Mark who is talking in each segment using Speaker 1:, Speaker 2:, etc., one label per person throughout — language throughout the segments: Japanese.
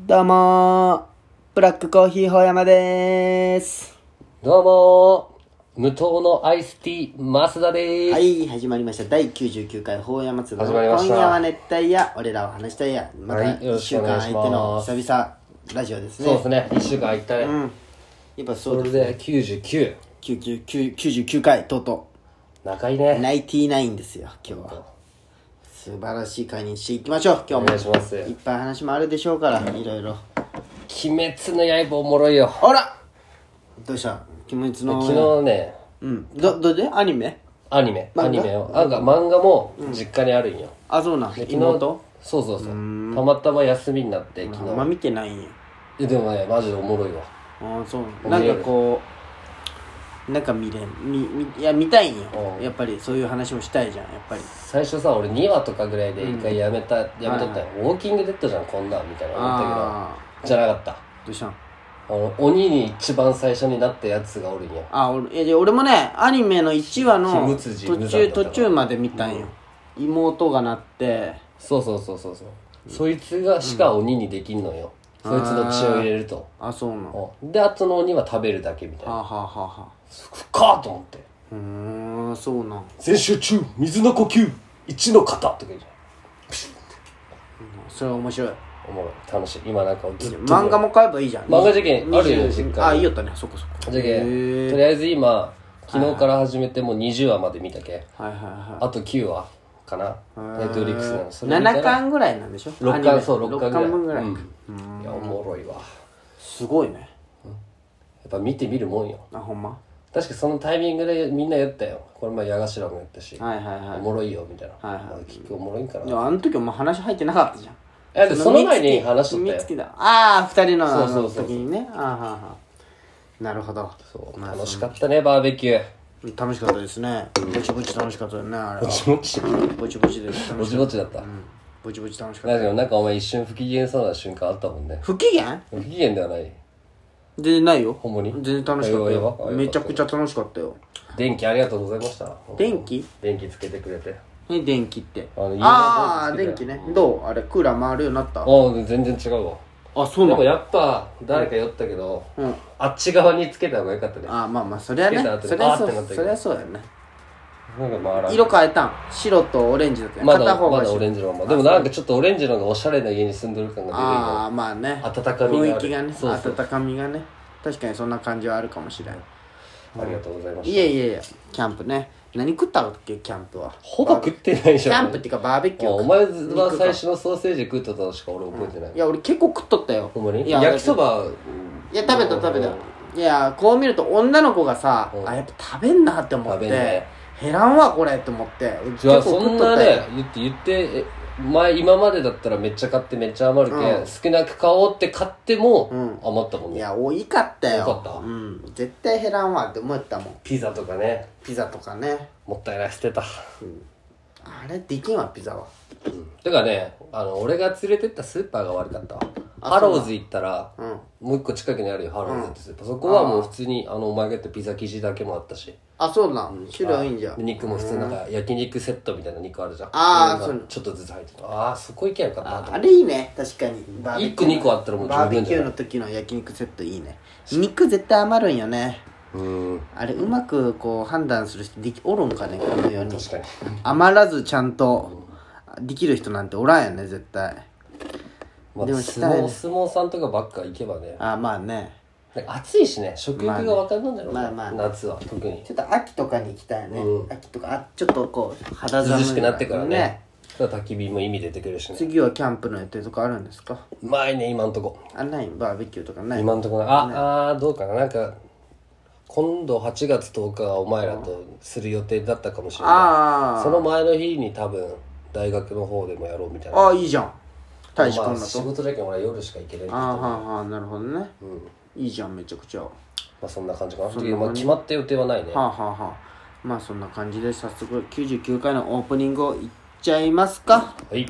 Speaker 1: どうもー、ブラックコーヒーほうやまでーす。
Speaker 2: どうもー無糖のアイスティー増田です、
Speaker 1: はい、始まりました。第99回ほうやまつの
Speaker 2: 始まりま
Speaker 1: 今
Speaker 2: した
Speaker 1: 夜は熱帯夜、俺らを話したいや。ま
Speaker 2: は
Speaker 1: た
Speaker 2: いよ
Speaker 1: 1
Speaker 2: ろし
Speaker 1: 週
Speaker 2: くお願
Speaker 1: 間
Speaker 2: いし
Speaker 1: 相手
Speaker 2: ます
Speaker 1: の久々ラジオですね。
Speaker 2: そうですね一週間空いたね、
Speaker 1: うん。やっぱそ
Speaker 2: そうれで99
Speaker 1: 99 99回、とうと。
Speaker 2: 仲いいうね
Speaker 1: 99ですよ、今日は。素晴らしい回にしていきましょう、今
Speaker 2: お
Speaker 1: 日も
Speaker 2: 願い。します
Speaker 1: いっぱい話もあるでしょうから、いろいろ。
Speaker 2: 「鬼滅の刃」おもろいよ
Speaker 1: あらどうした鬼滅の。
Speaker 2: 昨日ね
Speaker 1: うん。ど、どでアニメ
Speaker 2: アニメ
Speaker 1: 漫画
Speaker 2: アニメをなんか漫画も実家にあるんよ、
Speaker 1: あ、そうなん。
Speaker 2: で昨日
Speaker 1: 妹
Speaker 2: そうそうそうたまたま休みになって昨
Speaker 1: あ
Speaker 2: 日
Speaker 1: んま見てないんや。
Speaker 2: えでもねマジでおもろいわ
Speaker 1: ああそうな
Speaker 2: 見
Speaker 1: ん
Speaker 2: れ
Speaker 1: か
Speaker 2: る
Speaker 1: こうなんか見れんみみいや見たいんよ
Speaker 2: うん
Speaker 1: やっぱりそういう話もしたいじゃんやっぱり
Speaker 2: 最初さ俺2話とかぐらいで一回やめた、やめとったよ、ウォーキングデッドじゃんこんなんみたいな思った
Speaker 1: ああ
Speaker 2: けどじゃなかった
Speaker 1: どうしたん
Speaker 2: あの鬼に一番最初になったやつがおるんよ
Speaker 1: あ俺いや俺もねアニメの1話
Speaker 2: ひ
Speaker 1: の
Speaker 2: むつじ
Speaker 1: 途
Speaker 2: 無惨
Speaker 1: 中
Speaker 2: だったか
Speaker 1: 途
Speaker 2: ら
Speaker 1: 中まで見たんよ、妹がなって
Speaker 2: そうそうそうそうそうそいつがしか鬼にできんのよ、そいつの血を入れると
Speaker 1: あそうなんは
Speaker 2: うんであとの鬼は食べるだけみたい
Speaker 1: あ
Speaker 2: な
Speaker 1: はあはあはあ
Speaker 2: ふっかーと思って
Speaker 1: うーんそうなん
Speaker 2: 全集中水の呼吸一の型とか言うじ
Speaker 1: それ面白い
Speaker 2: ゃんおもろい楽しい今なんかずっと
Speaker 1: 漫画も買えばいいじゃん
Speaker 2: 漫画事件あるよ
Speaker 1: 20
Speaker 2: 実家に
Speaker 1: あいいよったねそこそこ
Speaker 2: じゃ
Speaker 1: へ
Speaker 2: け
Speaker 1: ー
Speaker 2: とりあえず今昨日から始めてもう20話まで見たけ
Speaker 1: はいはいはい
Speaker 2: あと9話かなネットフリックスなのそれ見たら
Speaker 1: 7巻ぐらいなんでしょア
Speaker 2: 6
Speaker 1: ニメ
Speaker 2: 巻そう6巻ぐらい
Speaker 1: 六分ぐらい、
Speaker 2: うんいやおもろいわや
Speaker 1: すごいね
Speaker 2: っぱ見てみるもんよ
Speaker 1: あほんま
Speaker 2: 確かそのタイミングでみんな言ったよこれ前矢頭も言ったし、
Speaker 1: はいはい
Speaker 2: お
Speaker 1: は
Speaker 2: もろいよみたいな、
Speaker 1: はいはい
Speaker 2: まあ結局おもろいんか
Speaker 1: い
Speaker 2: な
Speaker 1: でもあの時お前話入ってなかったじゃん
Speaker 2: えでその前に話しとった
Speaker 1: 見
Speaker 2: よ
Speaker 1: つけたああ2人のあ
Speaker 2: そう
Speaker 1: の
Speaker 2: そうそうそう
Speaker 1: 時にねあーはーはーなるほど
Speaker 2: そう楽しかったねバーベキュー
Speaker 1: 楽しかったですねぼちぼち楽しかったよねあれ
Speaker 2: ぼ
Speaker 1: は
Speaker 2: ちぼち
Speaker 1: ぼちぼちです
Speaker 2: ぼちぼちだった、
Speaker 1: ぼちぼち楽しかった
Speaker 2: だけどなんかお前一瞬不機嫌そうな瞬間あったもんね
Speaker 1: 不機嫌
Speaker 2: 不機嫌ではない
Speaker 1: 全然ないよ
Speaker 2: ほんまに
Speaker 1: 全然楽しかった
Speaker 2: あよかった
Speaker 1: よ
Speaker 2: よ
Speaker 1: めちゃくちゃ楽しかったよ
Speaker 2: 電気ありがとうございました
Speaker 1: 電気
Speaker 2: 電気つけてくれて
Speaker 1: え電気って
Speaker 2: あの
Speaker 1: ああ
Speaker 2: 家の
Speaker 1: 電気ねどうあれクーラー回るようになった
Speaker 2: ああ全然違うわ
Speaker 1: あそ
Speaker 2: で
Speaker 1: うな
Speaker 2: も
Speaker 1: の
Speaker 2: やっぱ誰か酔ったけど、
Speaker 1: うん
Speaker 2: あっち側につけた方がよかったね
Speaker 1: あまあまあそりゃね
Speaker 2: つけた後
Speaker 1: そ
Speaker 2: で
Speaker 1: りゃそ
Speaker 2: あーってなっ
Speaker 1: う
Speaker 2: たけど
Speaker 1: そりゃそうだよね
Speaker 2: なんか回らん
Speaker 1: 色変えたん白とオレンジだったよね
Speaker 2: ま
Speaker 1: 片
Speaker 2: だ
Speaker 1: 方
Speaker 2: ま
Speaker 1: が
Speaker 2: だ
Speaker 1: 白
Speaker 2: オレンジのままでもなんかちょっとオレンジの方がおしゃれな家に住んでる感が出るよ
Speaker 1: ああまあね
Speaker 2: 温かみがある
Speaker 1: 雰囲気がね
Speaker 2: そうそう
Speaker 1: 温かみがね確かにそんな感じはあるかもしれない
Speaker 2: ありがとうございました。
Speaker 1: いやいやいやキャンプね何食ったっけキャンプは
Speaker 2: ほぼ食ってない
Speaker 1: キ
Speaker 2: じゃ
Speaker 1: ャ
Speaker 2: ん。
Speaker 1: ンプっていうかバーベキュー
Speaker 2: お
Speaker 1: か
Speaker 2: 前は最初のソーセージ食ったのしか俺覚えてない。
Speaker 1: いや俺結構食っとったよ
Speaker 2: ほんまに
Speaker 1: いや
Speaker 2: 焼きそば、
Speaker 1: いや食べた食べ
Speaker 2: う
Speaker 1: た
Speaker 2: ん
Speaker 1: いやこう見ると女の子がさ
Speaker 2: うん
Speaker 1: あやっぱ食べんなって思っ
Speaker 2: 食
Speaker 1: て
Speaker 2: べんね
Speaker 1: 減らんわこれって思って
Speaker 2: じゃあ
Speaker 1: 結構
Speaker 2: そ
Speaker 1: 食
Speaker 2: ん
Speaker 1: っと
Speaker 2: な
Speaker 1: ったよ
Speaker 2: ね、言って言って、え前今までだったらめっちゃ買ってめっちゃ余るけ、
Speaker 1: うん
Speaker 2: ん、少なく買おうって買っても
Speaker 1: うん
Speaker 2: 余ったもん
Speaker 1: い
Speaker 2: ね。
Speaker 1: や多いかったよ
Speaker 2: 多かった
Speaker 1: うん絶対減らんわって思ったもん
Speaker 2: ピザとかね、
Speaker 1: ピザとかね
Speaker 2: もったいない捨てた。
Speaker 1: あれできんわピザは
Speaker 2: だからね、あの、俺が連れてったスーパーが悪かったわ。
Speaker 1: あ
Speaker 2: ハローズ行ったら、
Speaker 1: うん
Speaker 2: もう一個近くにあるよ、ハローズってスーパー。そこはもう普通に、あの、お前が言ったピザ生地だけもあったし。
Speaker 1: あそうなん種類多いんじゃ
Speaker 2: で肉も普通なんか焼肉セットみたいな肉あるじゃん
Speaker 1: あー
Speaker 2: そ
Speaker 1: そ
Speaker 2: れ
Speaker 1: う
Speaker 2: がちょっとずつ入ってたああそこ行けばよかったなと
Speaker 1: あれいいね確かにバーベ
Speaker 2: 1
Speaker 1: キ
Speaker 2: 個
Speaker 1: ュー
Speaker 2: 2個あったらもう十
Speaker 1: バーベ
Speaker 2: 分
Speaker 1: キ
Speaker 2: じ
Speaker 1: ュ
Speaker 2: ゃ
Speaker 1: ー
Speaker 2: ない
Speaker 1: の時の焼肉セットいいね肉絶対余るんよね
Speaker 2: うーん
Speaker 1: あれうまくこう判断する人できおるんかねこの世に
Speaker 2: 確かに
Speaker 1: 余らずちゃんとできる人なんておらんよね絶対
Speaker 2: まあ
Speaker 1: でもしたい
Speaker 2: 相撲相撲さんとかばっか行けばね
Speaker 1: あまあね
Speaker 2: なんか暑いしね食欲が分かんないんだろうね
Speaker 1: まあねまあま
Speaker 2: 夏は特に
Speaker 1: ちょっと秋とかに行きたいね、
Speaker 2: うん
Speaker 1: 秋とかあちょっとこう肌寒い
Speaker 2: 涼しくなってからねだから焚き火も意味出てくるしね
Speaker 1: 次はキャンプの予定とかあるんですか
Speaker 2: うまいね今んとこ
Speaker 1: あないバーベキューとかない
Speaker 2: 今んとこなあ、あーどうかななんか今度8月10日はお前らとする予定だったかもしれない
Speaker 1: あ
Speaker 2: その前の日に多分大学の方でもやろうみたいな
Speaker 1: ああいいじゃん大志
Speaker 2: ま
Speaker 1: 君
Speaker 2: あ
Speaker 1: だ
Speaker 2: 仕
Speaker 1: と
Speaker 2: 事だけど俺は夜しか行けないん
Speaker 1: あ
Speaker 2: だ
Speaker 1: あはあはあなるほどね
Speaker 2: けどうんま
Speaker 1: いいじゃんめちゃくちゃは
Speaker 2: あそんな感じかなっていうまあ決まった予定はないね
Speaker 1: あはあはあまあそんな感じで早速99回のオープニングをいっちゃいますか
Speaker 2: はい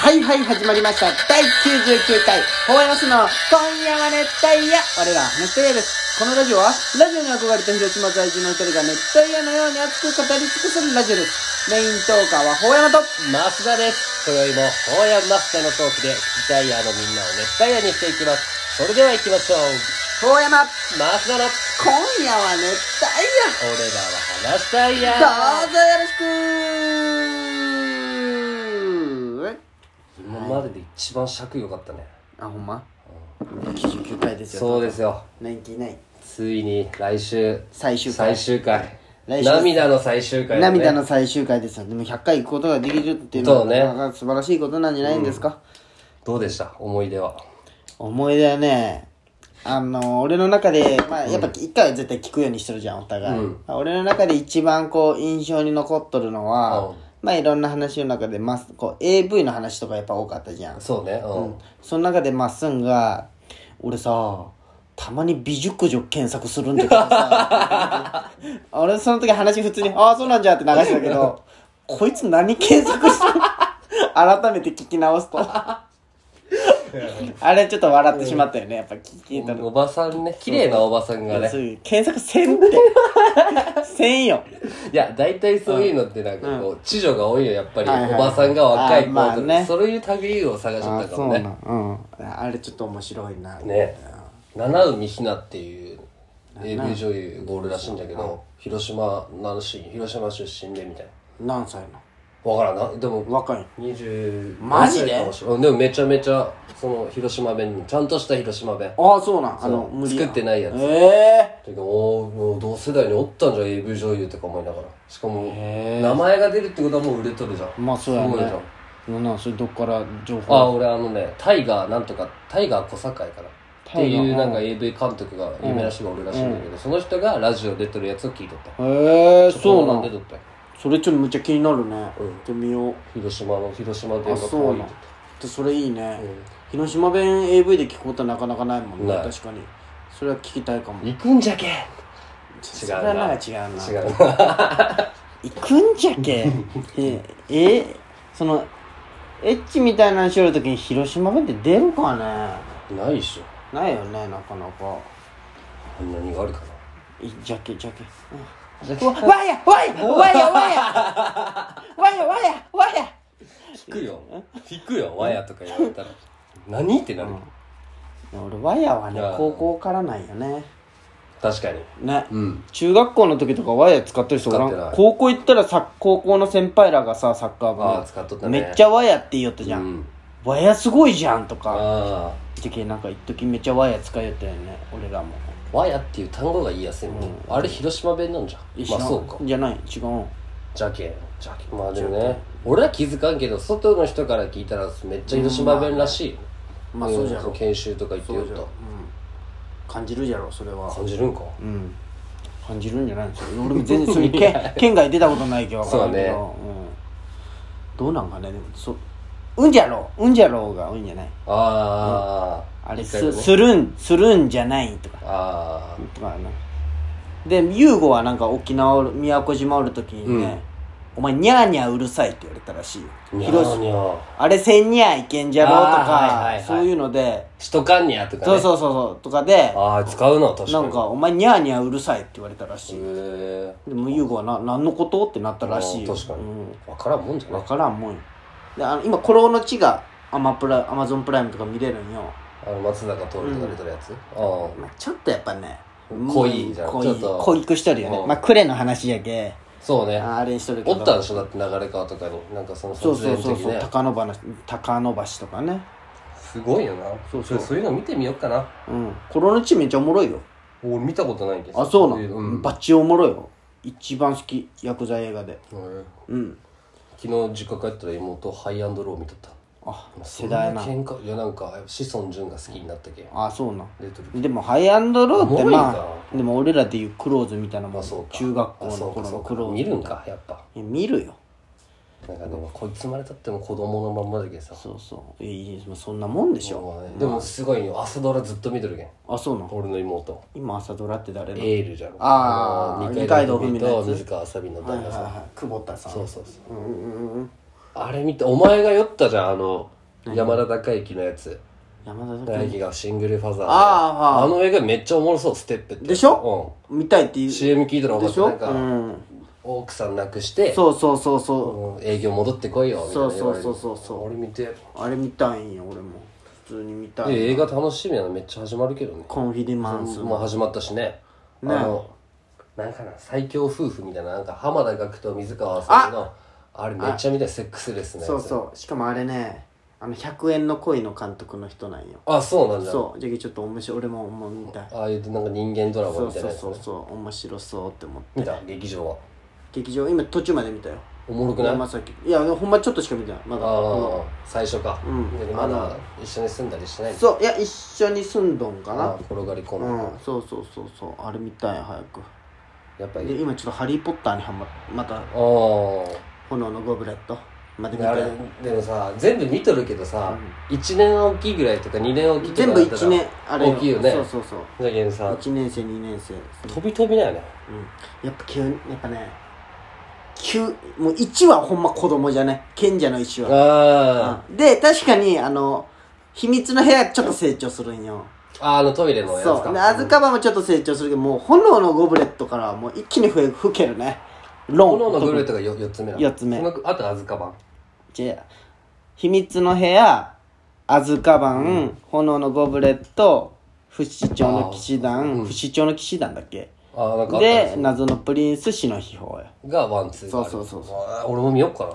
Speaker 1: はいはい始まりました第99回ほうやますの今夜は熱帯夜俺らは熱帯夜ですこのラジオはラジオに憧れた広島在住の二人が熱帯夜のように熱く語り尽くせるラジオですメイントーカーはほうやまと
Speaker 2: 増田です。今宵も、ホーヤンマスターのトークで、熱帯夜のみんなを熱帯夜にしていきます。それでは行きましょう。
Speaker 1: ほうやま
Speaker 2: 増田の、
Speaker 1: 今夜は熱
Speaker 2: 俺らは話したいや。
Speaker 1: 帯夜どうぞよろしく
Speaker 2: 今までで一番尺良かったね。
Speaker 1: あほんま99回ですよ
Speaker 2: そうですよ。
Speaker 1: ナインティナイン
Speaker 2: ついに、来週、
Speaker 1: 最終回
Speaker 2: 最終回。
Speaker 1: 来週
Speaker 2: 涙の最終回だね、
Speaker 1: 涙の最終回ですよでも100回行くことができるっていう
Speaker 2: そ
Speaker 1: の
Speaker 2: うね
Speaker 1: は、素晴らしいことなんじゃないんですか、
Speaker 2: どうでした思い出は。
Speaker 1: 思い出はねあの俺の中でまあやっぱ一回は絶対聞くようにしてるじゃんお互い、俺の中で一番こう印象に残っとるのは、
Speaker 2: うん
Speaker 1: まあいろんな話の中で、まあ、こう AV の話とかやっぱ多かったじゃん
Speaker 2: そうね。うん。
Speaker 1: その中でまっすんが俺さたまに美熟女検索するんだけど さ俺その時話普通に「ああそうなんじゃ」って流してたけどこいつ何検索したの改めて聞き直すとあれちょっと笑ってしまったよねやっぱ聞いたの、
Speaker 2: おばさんね、綺麗なおばさんがね
Speaker 1: そ。ういう検索せんってせんよ
Speaker 2: いや、大体そういうのってなんかこう、知女が多いよ、やっぱり。
Speaker 1: はいはい
Speaker 2: おばさんが若い
Speaker 1: あ
Speaker 2: 子
Speaker 1: まあ
Speaker 2: と
Speaker 1: ね
Speaker 2: か、そういう類を探し
Speaker 1: ああ
Speaker 2: てたか
Speaker 1: そう
Speaker 2: も
Speaker 1: な
Speaker 2: ね。
Speaker 1: んうんあれちょっと面白いな
Speaker 2: ね。七海ひなっていう AV 女優ゴールらしいんだけど、広島なのし、広島出身でみたい
Speaker 1: 何歳
Speaker 2: な。わからんな。でも、
Speaker 1: の若いの
Speaker 2: 20
Speaker 1: マジで
Speaker 2: かもしれんうんでもめちゃめちゃ、その、広島弁に、ちゃんとした広島弁。
Speaker 1: ああそうなんあの無理
Speaker 2: 作ってないやつ。
Speaker 1: ええ
Speaker 2: てかおーもう同世代におったんじゃん AV 女優とか思いながらしかも
Speaker 1: へ
Speaker 2: 名前が出るってことはもう売れとるじゃん
Speaker 1: まあそうやね
Speaker 2: すごいじゃん
Speaker 1: なんなんそれどっから情報
Speaker 2: あ俺あのねタイガーなんとかタイガー小堺かなっていうなんか AV 監督が有名な人がおるらしいんだけど、その人がラジオ出とるやつを聞いとった
Speaker 1: へえそうな
Speaker 2: 出
Speaker 1: ん
Speaker 2: とったよ
Speaker 1: それちょっとむっちゃ気になるね行ってみよう
Speaker 2: 広島の広島で
Speaker 1: あそうなんでそれいいね広島弁 AV で聞くことなかなかないもんね
Speaker 2: ない
Speaker 1: 確かにそれは聞きたいかも
Speaker 2: 行くんじゃけ違
Speaker 1: それはなんか違うな
Speaker 2: 違うな
Speaker 1: 行くんじゃけええそのエッチみたいなのしよるときに広島弁って出るかね
Speaker 2: ないでしょ
Speaker 1: ないよねなかなか
Speaker 2: 何があるかない
Speaker 1: じゃけじゃけうんわわやわやわやわやわやわやわや
Speaker 2: 引くよ引くよわやとか言われたら 何ってなる、
Speaker 1: 俺わやはいね
Speaker 2: や
Speaker 1: 高校からないよね
Speaker 2: 確かに
Speaker 1: ね
Speaker 2: うん
Speaker 1: 中学校の時とかワイヤ使ってる人おら
Speaker 2: 使ってなんい
Speaker 1: 高校行ったらさ高校の先輩らがさサッカー部
Speaker 2: ああ使っとったね
Speaker 1: めっちゃワイヤって言いよったじゃ
Speaker 2: うんん
Speaker 1: ワイヤすごいじゃんとか
Speaker 2: あ
Speaker 1: てけなんか一時めっちゃワイヤ使いよったよね俺らも
Speaker 2: あわやっていう単語が言いやすいもん、あれ広島弁なんじゃんまあそうか
Speaker 1: じゃない違う
Speaker 2: じゃけんじゃけんまあでもね俺は気づかんけど外の人から聞いたらめっちゃ広島弁らしい、
Speaker 1: まあそうじゃ
Speaker 2: ん
Speaker 1: ろ
Speaker 2: 研修とか行って
Speaker 1: そう
Speaker 2: よ
Speaker 1: じゃろうん
Speaker 2: と
Speaker 1: 感じるじゃろそれは
Speaker 2: 感じるんか
Speaker 1: うん感じるんじゃないんです よ俺も全然それ県県外出たことないけど分からんけど
Speaker 2: そう
Speaker 1: うん、どうなんかねでもそうんじゃろううんじゃろうが多いんじゃない
Speaker 2: ああ、
Speaker 1: あれ
Speaker 2: 一
Speaker 1: す,、
Speaker 2: 回もね
Speaker 1: するんするんじゃないとか
Speaker 2: ああ
Speaker 1: とかなで優吾はなんか沖縄おる宮古島おる時にね、
Speaker 2: うん
Speaker 1: お前ニャーニャーうるさいって言われたらしいよ
Speaker 2: にゃ
Speaker 1: 広
Speaker 2: ー
Speaker 1: 島
Speaker 2: にゃー
Speaker 1: あれせんにゃーいけんじゃろうとか、
Speaker 2: あーはいはいはい
Speaker 1: そういうので、
Speaker 2: しとかんにゃーとかね
Speaker 1: そうそうそうそうとかで
Speaker 2: ああ使うな確かに
Speaker 1: なんかお前ニャーニャーうるさいって言われたらしい、
Speaker 2: へえ
Speaker 1: でも優子はな何のことってなったらしいよ
Speaker 2: 確かに、
Speaker 1: うん
Speaker 2: わからんもんじゃない
Speaker 1: 分からんもんよであの今「コロの地」がアマプラアマゾンプライムとか見れるんよ、
Speaker 2: あの松坂桃李とか出てるやつ、ああ
Speaker 1: まあ、ちょっとやっぱね
Speaker 2: 濃いじゃん
Speaker 1: 濃
Speaker 2: ちょ
Speaker 1: い
Speaker 2: っと
Speaker 1: 濃いくしとるよね、
Speaker 2: うん
Speaker 1: まあクレの話やけ
Speaker 2: そうね
Speaker 1: ああれにしとるけ
Speaker 2: お
Speaker 1: ど
Speaker 2: ったんでしょだって流れ川とかになんかその
Speaker 1: そう
Speaker 2: 卒
Speaker 1: そ
Speaker 2: 園
Speaker 1: う
Speaker 2: の
Speaker 1: そう
Speaker 2: 時
Speaker 1: そう
Speaker 2: ね
Speaker 1: 高野橋高野橋とかね
Speaker 2: すごいよな
Speaker 1: そうそう
Speaker 2: ちょっとそういうの見てみようかな
Speaker 1: うん「コロの地」めっちゃおもろいよ
Speaker 2: 俺見たことないけど
Speaker 1: あそうな
Speaker 2: の
Speaker 1: ん、
Speaker 2: うん
Speaker 1: バッチおもろいよ一番好き薬剤映画で
Speaker 2: 俺
Speaker 1: うん
Speaker 2: 昨日実家帰ったら妹ハイアンドロー見とった
Speaker 1: あ世代な
Speaker 2: そん喧嘩いやなんか志尊淳が好きになったけん
Speaker 1: あそうなん
Speaker 2: 出てる
Speaker 1: でもハイアンドローって
Speaker 2: 重いん
Speaker 1: ま
Speaker 2: か
Speaker 1: あでも俺らでいうクローズみたいなも
Speaker 2: あ
Speaker 1: ん
Speaker 2: そうか
Speaker 1: 中学校
Speaker 2: あ
Speaker 1: の
Speaker 2: そうか
Speaker 1: 頃
Speaker 2: そ
Speaker 1: の
Speaker 2: うか
Speaker 1: クローズ
Speaker 2: 見るんかやっぱ
Speaker 1: いや見るよ
Speaker 2: なんかでもこいつ生まれたっても子供のまんまだけどさ
Speaker 1: そうそういいそんなもんでしょ
Speaker 2: まあねでもすごいよ朝ドラずっと見てるけん
Speaker 1: あそうなの
Speaker 2: 俺の妹
Speaker 1: 今朝ドラって誰のはい
Speaker 2: エールじゃろ
Speaker 1: あー
Speaker 2: の
Speaker 1: 二階堂ふみのや
Speaker 2: と
Speaker 1: つ
Speaker 2: 水川あさみの
Speaker 1: はい
Speaker 2: 旦那さん
Speaker 1: はい久保田さん
Speaker 2: そうそうそう
Speaker 1: うんうんうんうん
Speaker 2: あれ見てお前が酔ったじゃんあの山田孝之のやつ
Speaker 1: 山田さん
Speaker 2: 大輝がシングルファザーで
Speaker 1: あーあー
Speaker 2: あの映画めっちゃおもろそうステップって
Speaker 1: でしょ見たいって
Speaker 2: うん、
Speaker 1: 言う
Speaker 2: CM 聞いたらお前
Speaker 1: でしょ
Speaker 2: なんか、
Speaker 1: うん
Speaker 2: 奥さん亡くして
Speaker 1: そうそうそうそ
Speaker 2: もう営業戻ってこいよみたいな言われる
Speaker 1: そうそうそうそうそう
Speaker 2: 俺見て
Speaker 1: うあれ見たいんよ俺も普通に見たい
Speaker 2: で映画楽しみなのめっちゃ始まるけどね
Speaker 1: コンフィデマンス
Speaker 2: もう始まったしね
Speaker 1: ね
Speaker 2: あのなんかな最強夫婦みたいななんか浜田岳と水川あさんのあれめっちゃ見たいセックスレスなやつ
Speaker 1: そうそうしかもあれねあの100円の恋の監督の人なんよ
Speaker 2: あそうなんだ
Speaker 1: そうじゃあちょっと面白い俺ももう見たい
Speaker 2: ああいうなんか人間ドラマ
Speaker 1: そ
Speaker 2: み
Speaker 1: う
Speaker 2: たい
Speaker 1: そ
Speaker 2: な
Speaker 1: う
Speaker 2: やつ
Speaker 1: そ
Speaker 2: ね
Speaker 1: うそう面白そうって思って
Speaker 2: 見た劇場は
Speaker 1: 劇場今途中まで見たよ
Speaker 2: おもろくない
Speaker 1: 山崎いやほんまちょっとしか見てないまだ
Speaker 2: ああ最初か
Speaker 1: うん
Speaker 2: でま
Speaker 1: あ
Speaker 2: だ
Speaker 1: の
Speaker 2: 一緒に住んだりしてない
Speaker 1: そういや一緒に住んどんか
Speaker 2: あ
Speaker 1: な
Speaker 2: あ転がり込
Speaker 1: う
Speaker 2: む
Speaker 1: んそうそうそうそうあれ見たい早く
Speaker 2: やっぱり
Speaker 1: で今ちょっと「ハリー・ポッター」にはままた
Speaker 2: ああ
Speaker 1: 「炎のゴブレット」まで見
Speaker 2: あ
Speaker 1: た
Speaker 2: れ
Speaker 1: い
Speaker 2: でもさ全部見とるけどさ1年おきぐらいとか2年おきとか
Speaker 1: 全部
Speaker 2: だったら
Speaker 1: 1年あれ
Speaker 2: 大きいよね
Speaker 1: そうそうそう
Speaker 2: だけどさ
Speaker 1: 1年生2年生
Speaker 2: 飛び飛びだよね
Speaker 1: うんやっぱ急にやっぱね急もう1はほんま子供じゃね賢者の1は
Speaker 2: あ
Speaker 1: うんで確かにあの秘密の部屋ちょっと成長するんよ
Speaker 2: あああのトイレのやつか
Speaker 1: そうでアズカバンもちょっと成長するけどもう炎のゴブレットからはもう一気に増え老けるねロン
Speaker 2: 炎のグルーとがよ4つ目なの
Speaker 1: 四つ目
Speaker 2: そのあとアズカバン
Speaker 1: じゃあ秘密の部屋アズカバン、炎のゴブレット不死鳥の騎士団、
Speaker 2: うん
Speaker 1: 不死鳥の騎士団だっけ
Speaker 2: ああなんかあった
Speaker 1: で
Speaker 2: や
Speaker 1: 謎のプリンス死の秘宝や
Speaker 2: つがワンツー
Speaker 1: そうそうそうそう
Speaker 2: わあ俺も見よっかな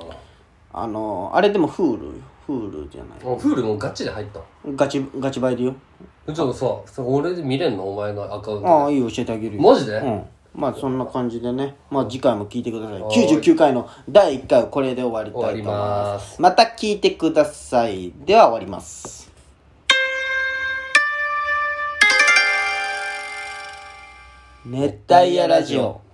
Speaker 1: あのあれでもフールフールじゃない
Speaker 2: フールもガチで入った
Speaker 1: ガチガチバイでよ
Speaker 2: ちょっとさそれ俺で見れんのお前のアカウント
Speaker 1: ああいいよ教えてあげるよ
Speaker 2: マジで
Speaker 1: うんまあそんな感じでねまあ次回も聞いてください99回の第1回をこれで終わりたいと思います
Speaker 2: 終わりま
Speaker 1: また聞いてくださいでは終わります熱帯夜ラジオ